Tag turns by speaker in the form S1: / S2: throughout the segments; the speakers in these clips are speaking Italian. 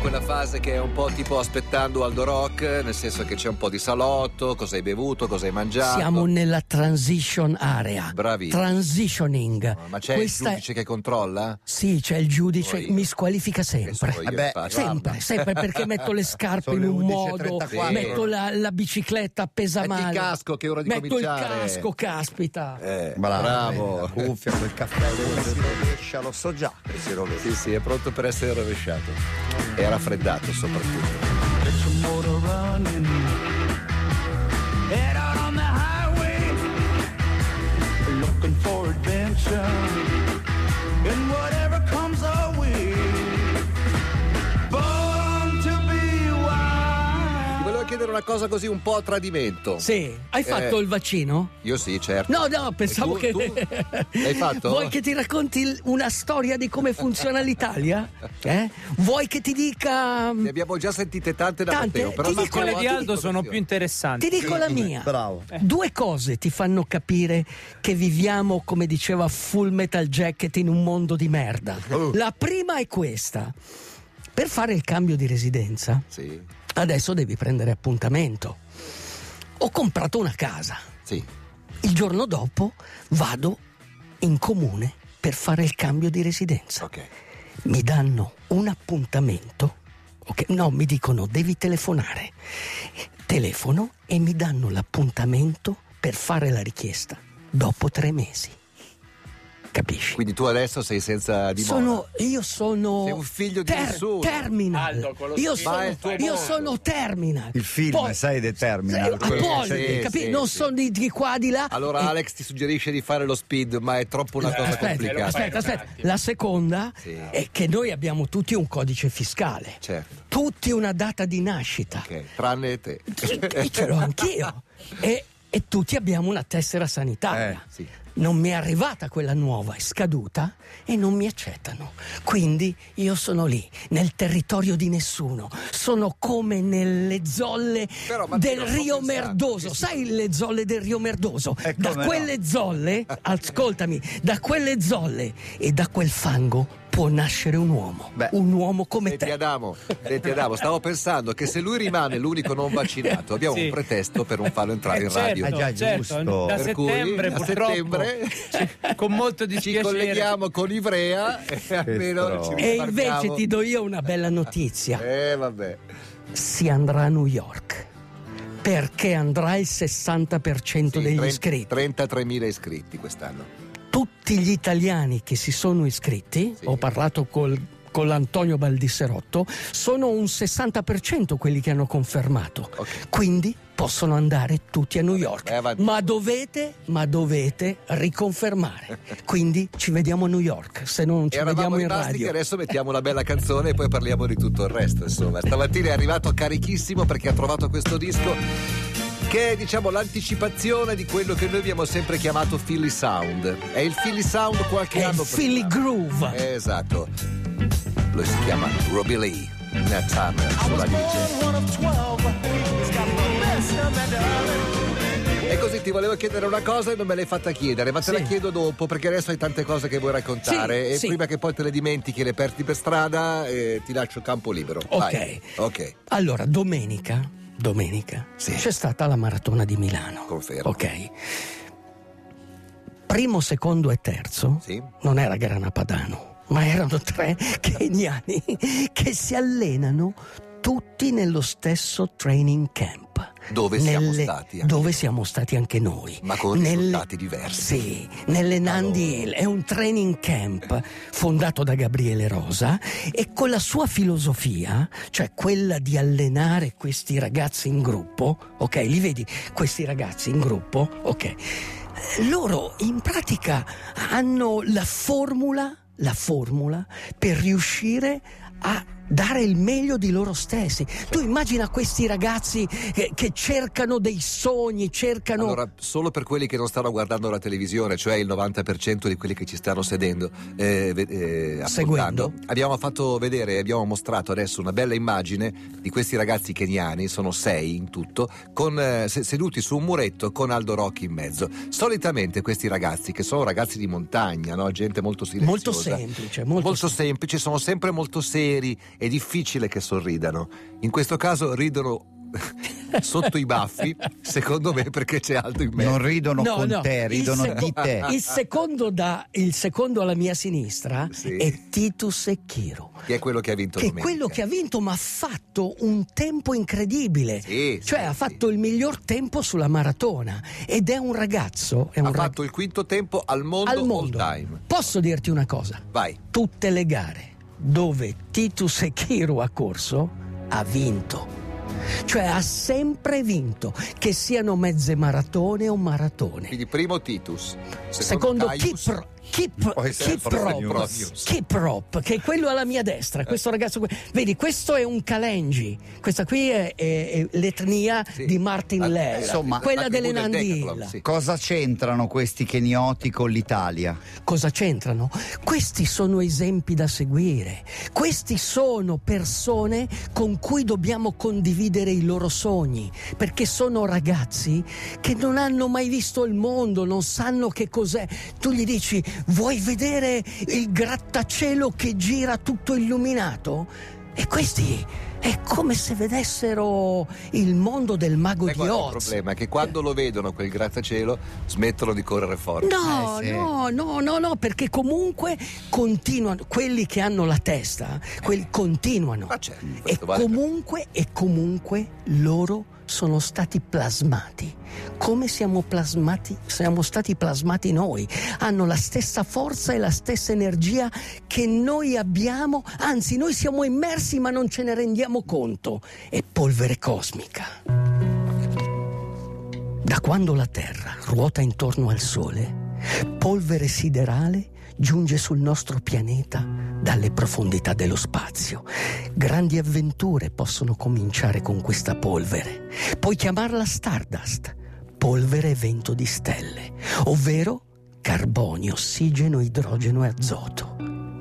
S1: quella fase che è un po' tipo aspettando Aldo Rock, nel senso che c'è un po' di salotto, cosa hai bevuto, cosa hai mangiato.
S2: Siamo nella transition area.
S1: Bravi.
S2: Transitioning.
S1: Ma c'è
S2: Questa
S1: il
S2: è-
S1: giudice che controlla?
S2: Sì, c'è il giudice,
S1: Poi io.
S2: mi squalifica
S1: Penso
S2: sempre.
S1: io,
S3: Vabbè,
S1: infatti.
S2: Sempre, sempre perché metto le scarpe
S3: Sono
S2: in
S3: le
S2: un modo,
S3: 11.34.
S2: metto la, la bicicletta appesa
S1: Metti
S2: male.
S1: il casco, che è ora di
S2: metto il
S1: cominciare.
S2: casco, caspita.
S1: Eh,
S3: Bravo,
S1: bravo.
S3: la cuffia, quel caffè dove si rovescia, lo so già che si rovescia.
S1: Sì, sì, è pronto per essere rovesciato. E raffreddato soprattutto.
S4: Get your motor running. Head out on the highway. Looking for adventure. And whatever comes our way. Born to be
S1: Ti
S4: wild.
S1: volevo chiedere una cosa così un po' a tradimento.
S2: Sì, hai fatto
S1: Eh.
S2: il vaccino?
S1: Io sì, certo.
S2: No, no, pensavo
S1: tu-
S2: che.
S1: tu? L'hai fatto?
S2: Vuoi che ti racconti il- una storia di come funziona l'Italia? Eh? Vuoi che ti dica. mm,
S1: Ne abbiamo già sentite tante da
S2: Tante?
S1: Matteo, però
S2: Ti
S1: non
S2: dico-
S1: abbiamo
S5: Quelle di
S1: altre
S5: Aldo sono più
S1: informazioni.
S5: interessanti.
S2: Ti dico la
S3: Eh,
S2: mia.
S3: Bravo.
S2: Due cose ti fanno capire che viviamo, come diceva Full Metal Jacket, in un mondo di merda. La prima è questa. Per fare il cambio di residenza,
S1: Sì,
S2: adesso devi prendere appuntamento. Ho comprato una casa.
S1: sì.
S2: Il giorno dopo vado in comune per fare il cambio di residenza.
S1: Ok.
S2: Mi danno un appuntamento. ok? No, mi dicono devi telefonare. Telefono e mi danno l'appuntamento per fare la richiesta dopo tre mesi. Capisci?
S1: Quindi tu adesso sei senza dimora.
S2: Sono, io sono.
S1: Sei un figlio di nessuno.
S2: Terminal.
S5: Aldo, con lo
S2: io
S5: spirito
S1: Ma è il
S2: sono,
S1: tuo
S2: io
S1: mondo.
S2: sono Terminal.
S3: Il film,
S2: Poi-
S3: sai, determina.
S2: Eh, Apollo,
S1: sì,
S2: capi?
S1: sì,
S2: non
S1: sì.
S2: sono di, di qua, di là.
S1: Allora
S2: E-
S1: Alex ti suggerisce di fare lo speed, ma è troppo una cosa
S2: Eh. aspetta,
S1: complicata.
S2: aspetta, aspetta. La seconda
S1: Sì.
S2: è che noi abbiamo tutti un codice fiscale,
S1: Certo.
S2: tutti una data di nascita.
S1: Ok, tranne te.
S2: E ce l'ho anch'io. E, e tutti abbiamo una tessera sanitaria.
S1: Eh, sì.
S2: Non mi è arrivata quella nuova, è scaduta e non mi accettano. Quindi io sono lì, nel territorio di nessuno. Sono come nelle zolle
S1: Però, Martino,
S2: del
S1: sto
S2: Rio
S1: pensando,
S2: Merdoso.
S1: sì, sì.
S2: Sai le zolle del Rio Merdoso?
S3: Eh,
S2: da
S3: come no.
S2: quelle zolle, ascoltami, da quelle zolle e da quel fango può nascere un uomo.
S3: Beh.
S2: un uomo come
S1: Senti
S2: te.
S1: Adamo, senti Adamo, stavo pensando che se lui rimane l'unico non vaccinato, abbiamo
S5: Sì.
S1: un pretesto per non farlo entrare
S5: Eh,
S1: in
S5: certo,
S6: Ah,
S1: radio.
S3: Eh già, è
S5: certo,
S3: giusto.
S5: Da
S1: Per cui,
S5: settembre,
S1: a
S5: purtroppo,
S1: settembre-
S5: ci- con molto
S1: Ci
S5: dispiacere.
S1: colleghiamo con Ivrea e almeno ci
S3: stronzo.
S2: E
S1: rimarchiamo.
S2: invece ti do io una bella notizia.
S1: Eh vabbè.
S2: si andrà a New York perché andrà il 60%
S1: Sì,
S2: degli
S1: tre-
S2: iscritti.
S1: 33.000 iscritti quest'anno.
S2: Tutti gli italiani che si sono iscritti,
S1: Sì.
S2: ho parlato col- con l'Antonio Baldisserotto, sono un 60% quelli che hanno confermato.
S1: Ok. eh,
S2: Quindi possono andare tutti a New York.
S1: vai avanti.
S2: Ma dovete, ma dovete riconfermare. Quindi ci vediamo a New York, se no non ci
S1: Eravamo
S2: vediamo in
S1: rimasti che
S2: radio.
S1: adesso mettiamo una bella canzone e poi parliamo di tutto il resto. Insomma, stamattina è arrivato carichissimo perché ha trovato questo disco che è diciamo l'anticipazione di quello che noi abbiamo sempre chiamato Philly Sound. È il Philly Sound qualche
S2: È il
S1: anno prima.
S2: Philly Groove.
S1: Esatto. Lo si chiama Robbie Lee. Nathan sulla DJ.
S4: One of twelve. It's got the best of that darling.
S1: E così ti volevo chiedere una cosa e non me l'hai fatta chiedere, ma te la
S2: Sì.
S1: chiedo dopo perché adesso hai tante cose che vuoi raccontare
S2: Sì,
S1: e
S2: sì.
S1: prima che poi te le dimentichi e le perdi per strada eh, ti lascio campo libero.
S2: Ok.
S1: Vai. Ok.
S2: Allora, domenica, domenica
S1: Sì.
S2: c'è stata la maratona di Milano.
S1: Confermo.
S2: Ok. Primo, secondo e terzo
S1: Sì.
S2: non era Grana Padano, ma erano tre keniani che si allenano tutti nello stesso training camp.
S1: Dove siamo stati anche
S2: Dove siamo stati anche noi.
S1: Ma con risultati diversi.
S2: Sì, nelle Nandi Hill. È un training camp fondato da Gabriele Rosa e con la sua filosofia, cioè quella di allenare questi ragazzi in gruppo, ok? Li vedi questi ragazzi in gruppo, ok? Loro in pratica hanno la formula, la formula per riuscire a dare il meglio di loro stessi. Tu immagina questi ragazzi che, che cercano dei sogni, cercano...
S1: Allora, solo per quelli che non stanno guardando la televisione, cioè il 90% di quelli che ci stanno sedendo, eh, ve- eh, ascoltando,
S2: Seguendo.
S1: abbiamo fatto vedere, abbiamo mostrato adesso una bella immagine di questi ragazzi keniani, sono sei in tutto, con, eh, se- seduti su un muretto con Aldo Rocchi in mezzo. Solitamente questi ragazzi, che sono ragazzi di montagna, no? gente molto silenziosa,
S2: molto semplice, molto,
S1: molto semplici, sono sempre molto seri è difficile che sorridano. In questo caso ridono sotto i baffi, secondo me perché c'è altro in me.
S3: Non ridono
S2: No,
S3: con
S2: no,
S3: te,
S2: il
S3: ridono
S2: seco-
S3: di te.
S2: Il secondo, da- il secondo alla mia sinistra
S1: Sì.
S2: è Titus Ecchiro.
S1: Che è quello che ha vinto
S2: Che è
S1: domenica.
S2: quello che ha vinto, ma ha fatto un tempo incredibile.
S1: Sì,
S2: cioè,
S1: sì,
S2: ha
S1: sì.
S2: fatto il miglior tempo sulla maratona. Ed è un ragazzo. È un
S1: ha
S2: rag-
S1: fatto il quinto tempo al mondo,
S2: al mondo.
S1: all time.
S2: Posso dirti una cosa?
S1: Vai.
S2: Tutte le gare dove Titus Echiro ha corso, ha vinto. Cioè ha sempre vinto, che siano mezze maratone o maratone.
S1: Quindi primo Titus,
S2: Secondo,
S1: Caius,
S2: Kipro,
S3: Poi se- forse
S1: News.
S2: Kiprop, Kiprop, che è quello alla mia destra, questo
S1: Eh.
S2: ragazzo qui. Vedi, questo è un Kalenji, questa qui è, è- è l'etnia
S1: Sì.
S2: di Martin
S1: Ah,
S2: Lea,
S3: insomma,
S1: la
S2: quella
S1: tribù
S2: delle Ecco,
S1: del Decathlon,
S2: Nandilla.
S1: sì.
S3: Cosa c'entrano questi kenioti con l'Italia?
S2: Cosa c'entrano? Questi sono esempi da seguire, questi sono persone con cui dobbiamo condividere i loro sogni, perché sono ragazzi che non hanno mai visto il mondo, non sanno che cos'è. Tu gli dici vuoi vedere il grattacielo che gira tutto illuminato? E questi è come se vedessero il mondo del mago
S1: Sai
S2: di
S1: qual è Ecco, il
S2: Oz.
S1: problema? Che quando lo vedono quel grattacielo smettono di correre forte.
S2: No,
S3: Eh, sì.
S2: no, no, no, no, perché comunque continuano, quelli che hanno la testa, quelli continuano.
S1: Ma certo,
S2: E
S1: questo vale per-
S2: comunque, e comunque loro sono stati plasmati. Come siamo plasmati? Siamo stati plasmati noi. Hanno la stessa forza e la stessa energia che noi abbiamo, anzi noi siamo immersi ma non ce ne rendiamo conto. È polvere cosmica. Da quando la Terra ruota intorno al Sole, polvere siderale giunge sul nostro pianeta dalle profondità dello spazio. Grandi avventure possono cominciare con questa polvere. Puoi chiamarla Stardust, polvere e vento di stelle, ovvero carbonio, ossigeno, idrogeno e azoto.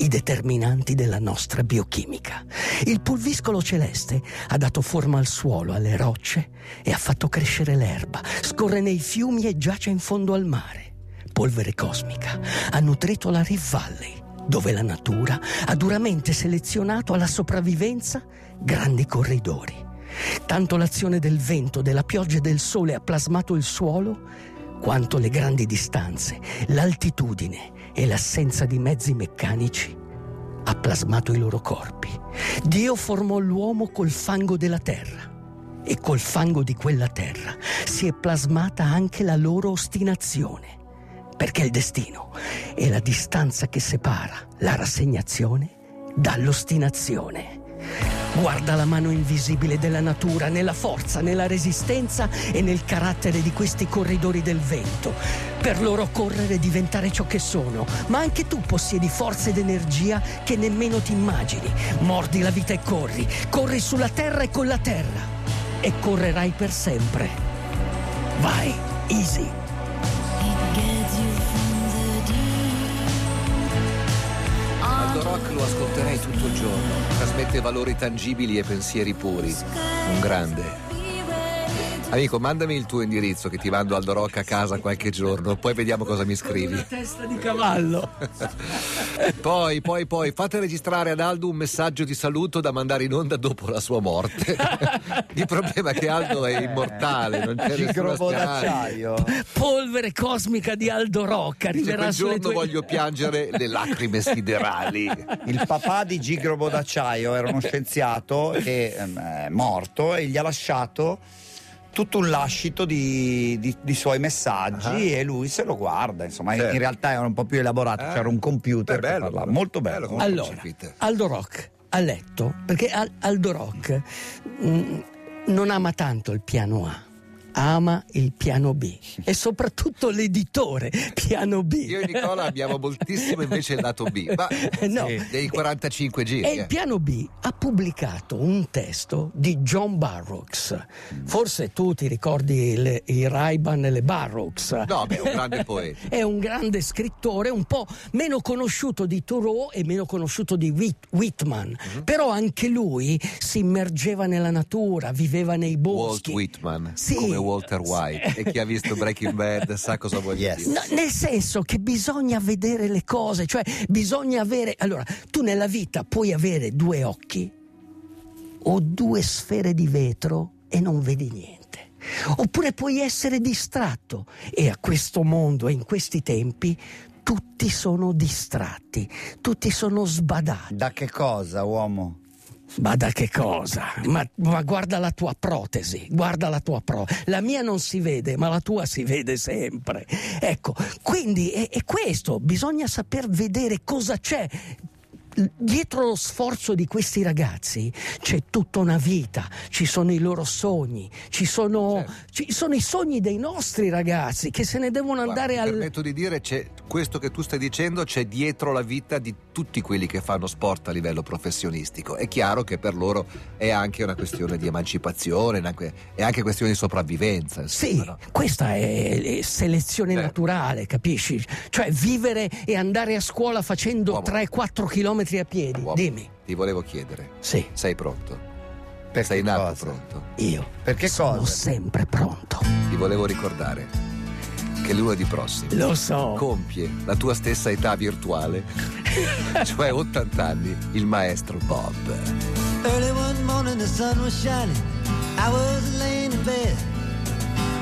S2: I determinanti della nostra biochimica. Il pulviscolo celeste ha dato forma al suolo, alle rocce e ha fatto crescere l'erba, scorre nei fiumi e giace in fondo al mare. Polvere cosmica ha nutrito la Rift Valley, dove la natura ha duramente selezionato alla sopravvivenza grandi corridori. Tanto l'azione del vento, della pioggia e del sole ha plasmato il suolo, quanto le grandi distanze, l'altitudine e l'assenza di mezzi meccanici ha plasmato i loro corpi. Dio formò l'uomo col fango della terra e col fango di quella terra si è plasmata anche la loro ostinazione, perché il destino è la distanza che separa la rassegnazione dall'ostinazione. Guarda la mano invisibile della natura nella forza, nella resistenza e nel carattere di questi corridori del vento. Per loro correre e diventare ciò che sono, ma anche tu possiedi forza ed energia che nemmeno ti immagini. Mordi la vita e corri, corri sulla terra e con la terra e correrai per sempre. Vai, easy.
S1: Aldo Rock lo ascolterei tutto il giorno. Trasmette valori tangibili e pensieri puri. Un grande. Amico, mandami il tuo indirizzo che ti mando Aldo Rock a casa qualche giorno, poi vediamo cosa mi scrivi.
S2: testa di cavallo.
S1: Poi, poi, poi, fate registrare ad Aldo un messaggio di saluto da mandare in onda dopo la sua morte. il problema è che Aldo è immortale, non c'è nessuna
S3: Gigrobo
S1: speranza.
S3: d'acciaio.
S2: Polvere cosmica di Aldo Rocca
S1: Dice,
S2: arriverà
S1: quel
S2: sulle
S1: giorno
S2: tue...
S1: voglio piangere le lacrime siderali.
S3: Il papà di Gigrobo d'acciaio era uno scienziato che ehm, è morto e gli ha lasciato tutto un lascito di, di- di suoi messaggi
S1: Ah.
S3: e lui se lo guarda. Insomma,
S1: Certo.
S3: in realtà era un po' più elaborato,
S1: Ah.
S3: c'era un computer
S1: Beh,
S3: che
S1: bello,
S3: parlava.
S1: però.
S3: molto bello.
S1: Bello, molto
S2: Allora,
S1: Sapete.
S2: Aldo Rock ha letto, perché Al- Aldo Rock mh, non ama tanto il piano A. Ama il piano B e soprattutto l'editore piano B.
S1: Io e Nicola abbiamo moltissimo invece il lato B, ma
S2: No.
S1: dei 45 giri.
S2: E il
S1: eh.
S2: piano B ha pubblicato un testo di John Barrocks. Forse tu ti ricordi le- i Raiban e le Barrocks.
S1: No, beh, un grande poeta.
S2: È un grande scrittore, un po' meno conosciuto di Thoreau e meno conosciuto di Whit- Whitman.
S1: Mhm.
S2: Però anche lui si immergeva nella natura, viveva nei
S1: Walt
S2: boschi.
S1: Whitman,
S2: Sì.
S1: come Walter White. E chi ha visto Breaking Bad sa cosa voglio
S3: Yes.
S1: dire.
S2: No, nel senso che bisogna vedere le cose, cioè bisogna avere. Allora, tu nella vita puoi avere due occhi o due sfere di vetro e non vedi niente. Oppure puoi essere distratto e a questo mondo e in questi tempi tutti sono distratti, tutti sono sbadati.
S3: Da che cosa, uomo?
S2: Ma da che cosa? Ma, ma guarda la tua protesi, guarda la tua protesi. La mia non si vede, ma la tua si vede sempre. Ecco, quindi è, è questo, bisogna saper vedere cosa c'è. Dietro lo sforzo di questi ragazzi c'è tutta una vita, ci sono i loro sogni, ci sono, ci sono i sogni dei nostri ragazzi che se ne devono
S1: Guarda,
S2: andare
S1: mi
S2: al...
S1: permetto di dire c'è questo che tu stai dicendo c'è dietro la vita di tutti quelli che fanno sport a livello professionistico è chiaro che per loro è anche una questione di emancipazione è anche- è anche questione di sopravvivenza
S2: Sì,
S1: insomma, no?
S2: questa è è selezione
S1: Certo.
S2: naturale, capisci? Cioè vivere e andare a scuola facendo
S1: Uomo.
S2: 3-4 chilometri a piedi.
S1: Uomo.
S2: Dimmi.
S1: ti volevo chiedere
S2: Sì,
S1: sei pronto?
S3: Per
S1: sei
S3: che
S1: nato
S3: cosa?
S1: pronto?
S2: io
S3: Per che
S2: sono
S3: cosa?
S2: sempre pronto.
S1: ti volevo ricordare che lunedì prossimo
S2: Lo so.
S1: compie la tua stessa età virtuale cioè 80 anni il maestro Bob
S5: Early one morning, the sun was shining. I was laying in bed,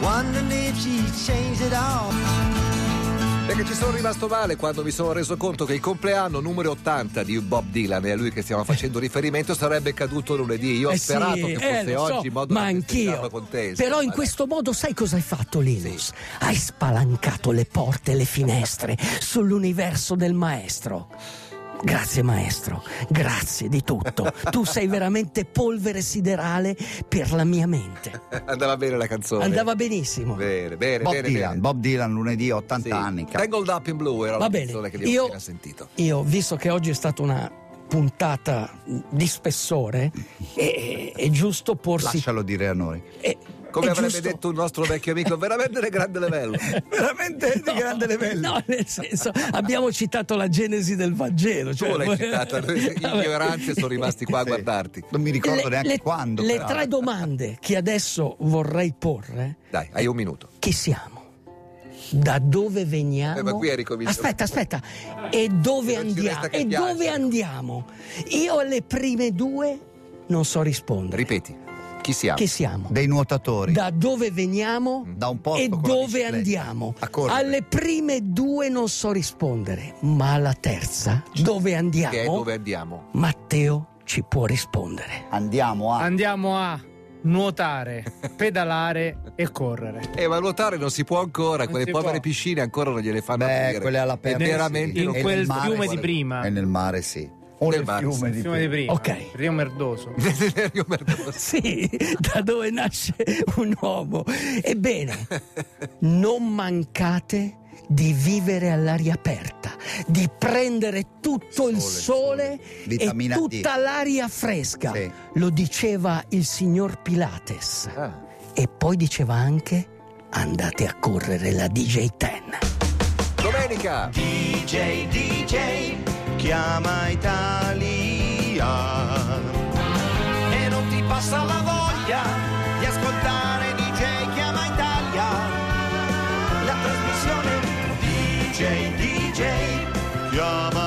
S5: wondering if she'd changed it all.
S1: Perché ci sono rimasto male quando mi sono reso conto che il compleanno numero 80 di Bob Dylan e a lui che stiamo facendo riferimento sarebbe caduto lunedì. Io ho
S2: Eh sì,
S1: sperato che
S2: eh,
S1: fosse
S2: lo so,
S1: oggi in modo
S2: ma
S1: da festeggiarlo
S2: anch'io.
S1: con te.
S2: Però in
S1: insomma, eh.
S2: questo modo sai cosa hai fatto Linus? Hai spalancato le porte e le finestre sull'universo del maestro. Grazie maestro, grazie di tutto. Tu sei veramente polvere siderale per la mia mente.
S1: dai. Andava bene la canzone.
S2: Andava benissimo.
S1: bene, bene,
S3: Bob
S1: bene.
S3: Dylan,
S1: bene.
S3: Bob Dylan lunedì 80
S1: Sì. Eh,
S3: anni. cazzo.
S1: Tangled Up in Blue era
S2: Va
S1: la
S2: bene,
S1: canzone che abbiamo
S2: io-
S1: appena sentito.
S2: Io, visto che oggi è stata una puntata di spessore, è, è- è giusto porsi...
S3: Lascialo dire a noi.
S2: è-
S1: Come
S2: è
S1: avrebbe
S2: giusto-
S1: detto un nostro vecchio amico, veramente del grande livello.
S3: Veramente
S2: No, No, nel senso, abbiamo citato la genesi del Vangelo.
S1: Tu
S2: Cioè,
S1: l'hai citata, noi ignoranti sono rimasti qua a
S3: Sì.
S1: guardarti.
S3: Non mi ricordo
S2: Le-
S3: neanche
S2: le-
S3: quando.
S2: Le
S3: però.
S2: tre domande che adesso vorrei porre:
S1: Dai, hai un minuto.
S2: chi siamo? Da dove veniamo?
S1: Eh, ma qui è ricominciato.
S2: Aspetta, aspetta. E dove
S1: Non ci
S2: andiamo?
S1: resta che
S2: E
S1: piangere.
S2: dove andiamo? Io alle prime due non so rispondere.
S1: Ripeti, chi siamo?
S2: Chi siamo?
S3: Dei nuotatori.
S2: Da dove veniamo?
S3: Mm. Da un posto
S2: E
S3: con la
S2: dove
S3: bicicletta.
S2: andiamo?
S3: A correre.
S2: Alle prime due non so rispondere, ma alla terza, dove andiamo?
S1: Che è dove andiamo?
S2: Matteo ci può rispondere.
S3: Andiamo a.
S6: Andiamo a nuotare, pedalare e correre.
S1: Eh, ma nuotare non si può ancora,
S6: Non
S1: quelle
S6: si
S1: povere
S6: può.
S1: piscine ancora non gliele fanno
S3: Beh,
S1: aprire.
S3: quelle all'aperto,
S1: E veramente
S3: sì.
S1: non
S6: In
S3: E
S1: può.
S6: quel
S3: nel mare,
S6: fiume di
S3: guarda.
S6: prima.
S3: È
S6: Il
S3: nel mare, sì. O
S1: Nel
S3: nel
S1: mare,
S3: fiume
S1: sì.
S3: di
S6: fiume di prima.
S2: Ok.
S6: Rio Merdoso.
S1: Desiderio merdoso.
S2: Sì, da dove nasce un uomo. Ebbene, non mancate di vivere all'aria aperta, di prendere tutto il sole,
S3: Sole, sole.
S2: e
S3: Vitamina D.
S2: tutta l'aria fresca.
S3: Sì.
S2: Lo diceva il signor Pilates.
S1: Ah.
S2: E poi diceva anche andate a correre la DJ Ten.
S1: Domenica!
S5: DJ, DJ, chiama Italia. E non ti passa la voglia di ascoltare DJ, chiama Italia. La trasmissione DJ, DJ, chiama